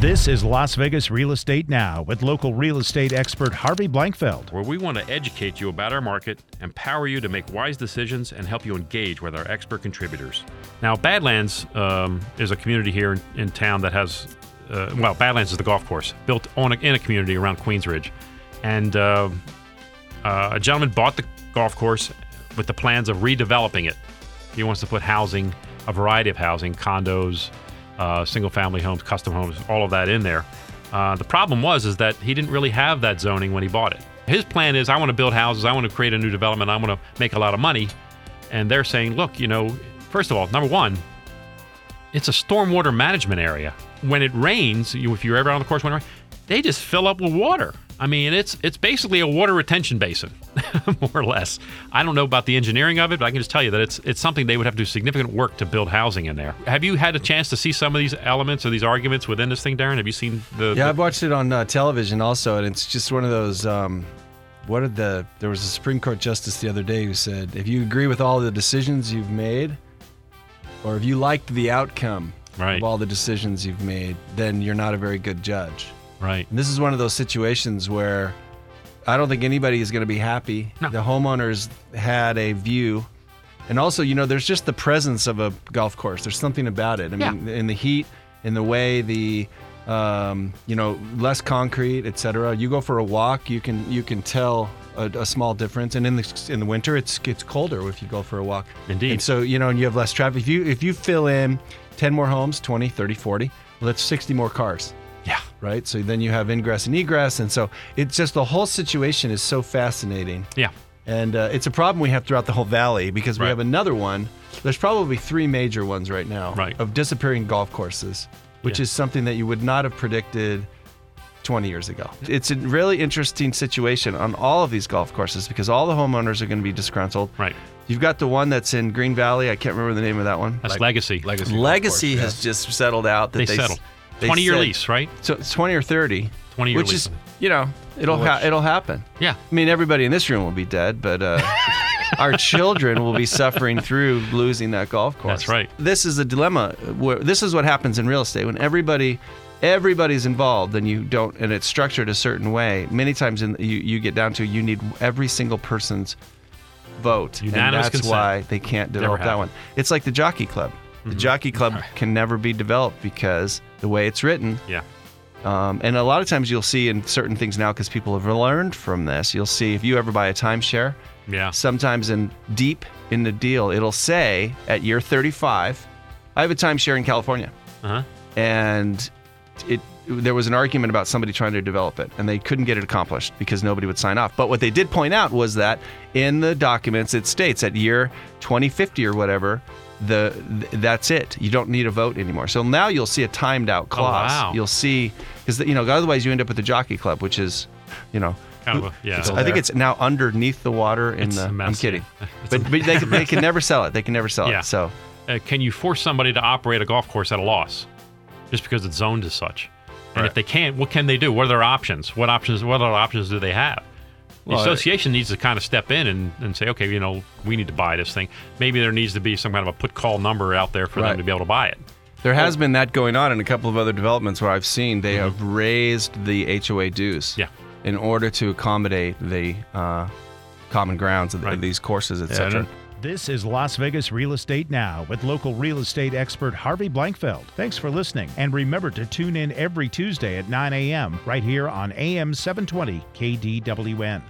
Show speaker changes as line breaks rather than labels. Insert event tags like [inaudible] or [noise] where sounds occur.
This is Las Vegas Real Estate Now with local real estate expert Harvey Blankfeld.
where we want to educate you about our market, empower you to make wise decisions, and help you engage with our expert contributors. Now, Badlands um, is a community here in, in town that has, uh, well, Badlands is the golf course built on a, in a community around Queens Ridge, and uh, uh, a gentleman bought the golf course with the plans of redeveloping it. He wants to put housing, a variety of housing, condos, uh, single-family homes, custom homes, all of that in there. Uh, the problem was is that he didn't really have that zoning when he bought it. His plan is, I want to build houses, I want to create a new development, I want to make a lot of money, and they're saying, look, you know, first of all, number one, it's a stormwater management area. When it rains, you, if you're ever on the course, when it rains, they just fill up with water. I mean, it's it's basically a water retention basin, [laughs] more or less. I don't know about the engineering of it, but I can just tell you that it's it's something they would have to do significant work to build housing in there. Have you had a chance to see some of these elements or these arguments within this thing, Darren? Have you seen the?
Yeah, I've watched it on uh, television also, and it's just one of those. Um, what are the? There was a Supreme Court justice the other day who said, if you agree with all the decisions you've made, or if you liked the outcome
Right.
of all the decisions you've made, then you're not a very good judge.
the right.
And this is one of those situations where I don't think anybody is going to be happy.
No.
The homeowners had a view. And also, you know, there's just the presence of a golf course. There's something about it. I mean, in the heat, in the way the um, you know, less concrete, etc. You go for a walk, you can you can tell a, a small difference. And in the in the winter, it's gets colder if you go for a walk.
Indeed.
And so, you know, and you have less traffic. If you if you fill in 10 more homes, 20, 30, 40, well, that's 60 more cars
Yeah.
right? So then you have ingress and egress, and so it's just the whole situation is so fascinating,
Yeah.
and uh, it's a problem we have throughout the whole valley because we
Right.
have another one. There's probably three major ones right now
Right.
of disappearing golf courses, which
Yeah.
is something that you would not have predicted. 20 years ago. It's a really interesting situation on all of these golf courses because all the homeowners are going to be disgruntled.
Right.
You've got the one that's in Green Valley. I can't remember the name of that one.
That's legacy.
Legacy.
Legacy has just settled out that
They
they,
settled.
they
Twenty year
said-
lease, right?
So it's 20 or 30.
20 year
Which
lease.
is, you know, it'll ha- it'll happen.
Yeah.
I mean, everybody in this room will be dead, but uh,
[laughs]
our children will be suffering through losing that golf course.
That's right.
This is a dilemma. Where, this is what happens in real estate when everybody, everybody's involved, and you don't, and it's structured a certain way. Many times, in, you you get down to you need every single person's vote, and
Unanimous
that's
consent.
why they can't develop that
happened. Mm-hmm.
one. It's like the jockey club. The jockey club can never be developed because the way it's written,
Yeah.
um, and a lot of times you'll see in certain things now, because people have learned from this, you'll see if you ever buy a timeshare,
Yeah.
sometimes in deep in the deal, it'll say at year 35, I have a timeshare in California.
Uh huh.
And it there was an argument about somebody trying to develop it, and they couldn't get it accomplished because nobody would sign off. But what they did point out was that in the documents, it states at year 2050 or whatever, the th- that's it. You don't need a vote anymore. So now you'll see a timed out clause.
Oh, wow.
You'll see because you know otherwise you end up with the jockey club, which is, you know.
Kind of a, yeah.
it's- I think it's now underneath the water in
It's
the.
a mess,
I'm kidding,
yeah. [laughs] It's a
but, but they, can- they can never sell it. They can never sell
Yeah.
it. So
uh, can you force somebody to operate a golf course at a loss just because it's zoned as such? And if they can't, what can they do? What are their options? What options? What other options do they have? The
Well, I-
association needs to kind of step in and, and say, okay, you know, we need to buy this thing. Maybe there needs to be some kind of a put call number out there for them
Right.
to be able to buy it.
There has been that going on in a couple of other developments where I've seen they have raised the HOA dues
Mm-hmm. Yeah.
in order to accommodate the uh, common grounds of,
Right.
of these courses,
I
etc.
don't-
This is Las Vegas Real Estate Now with local real estate expert Harvey Blankfeld. Thanks for listening, and remember to tune in every Tuesday at 9 a.m. right here on AM 720 KDWN.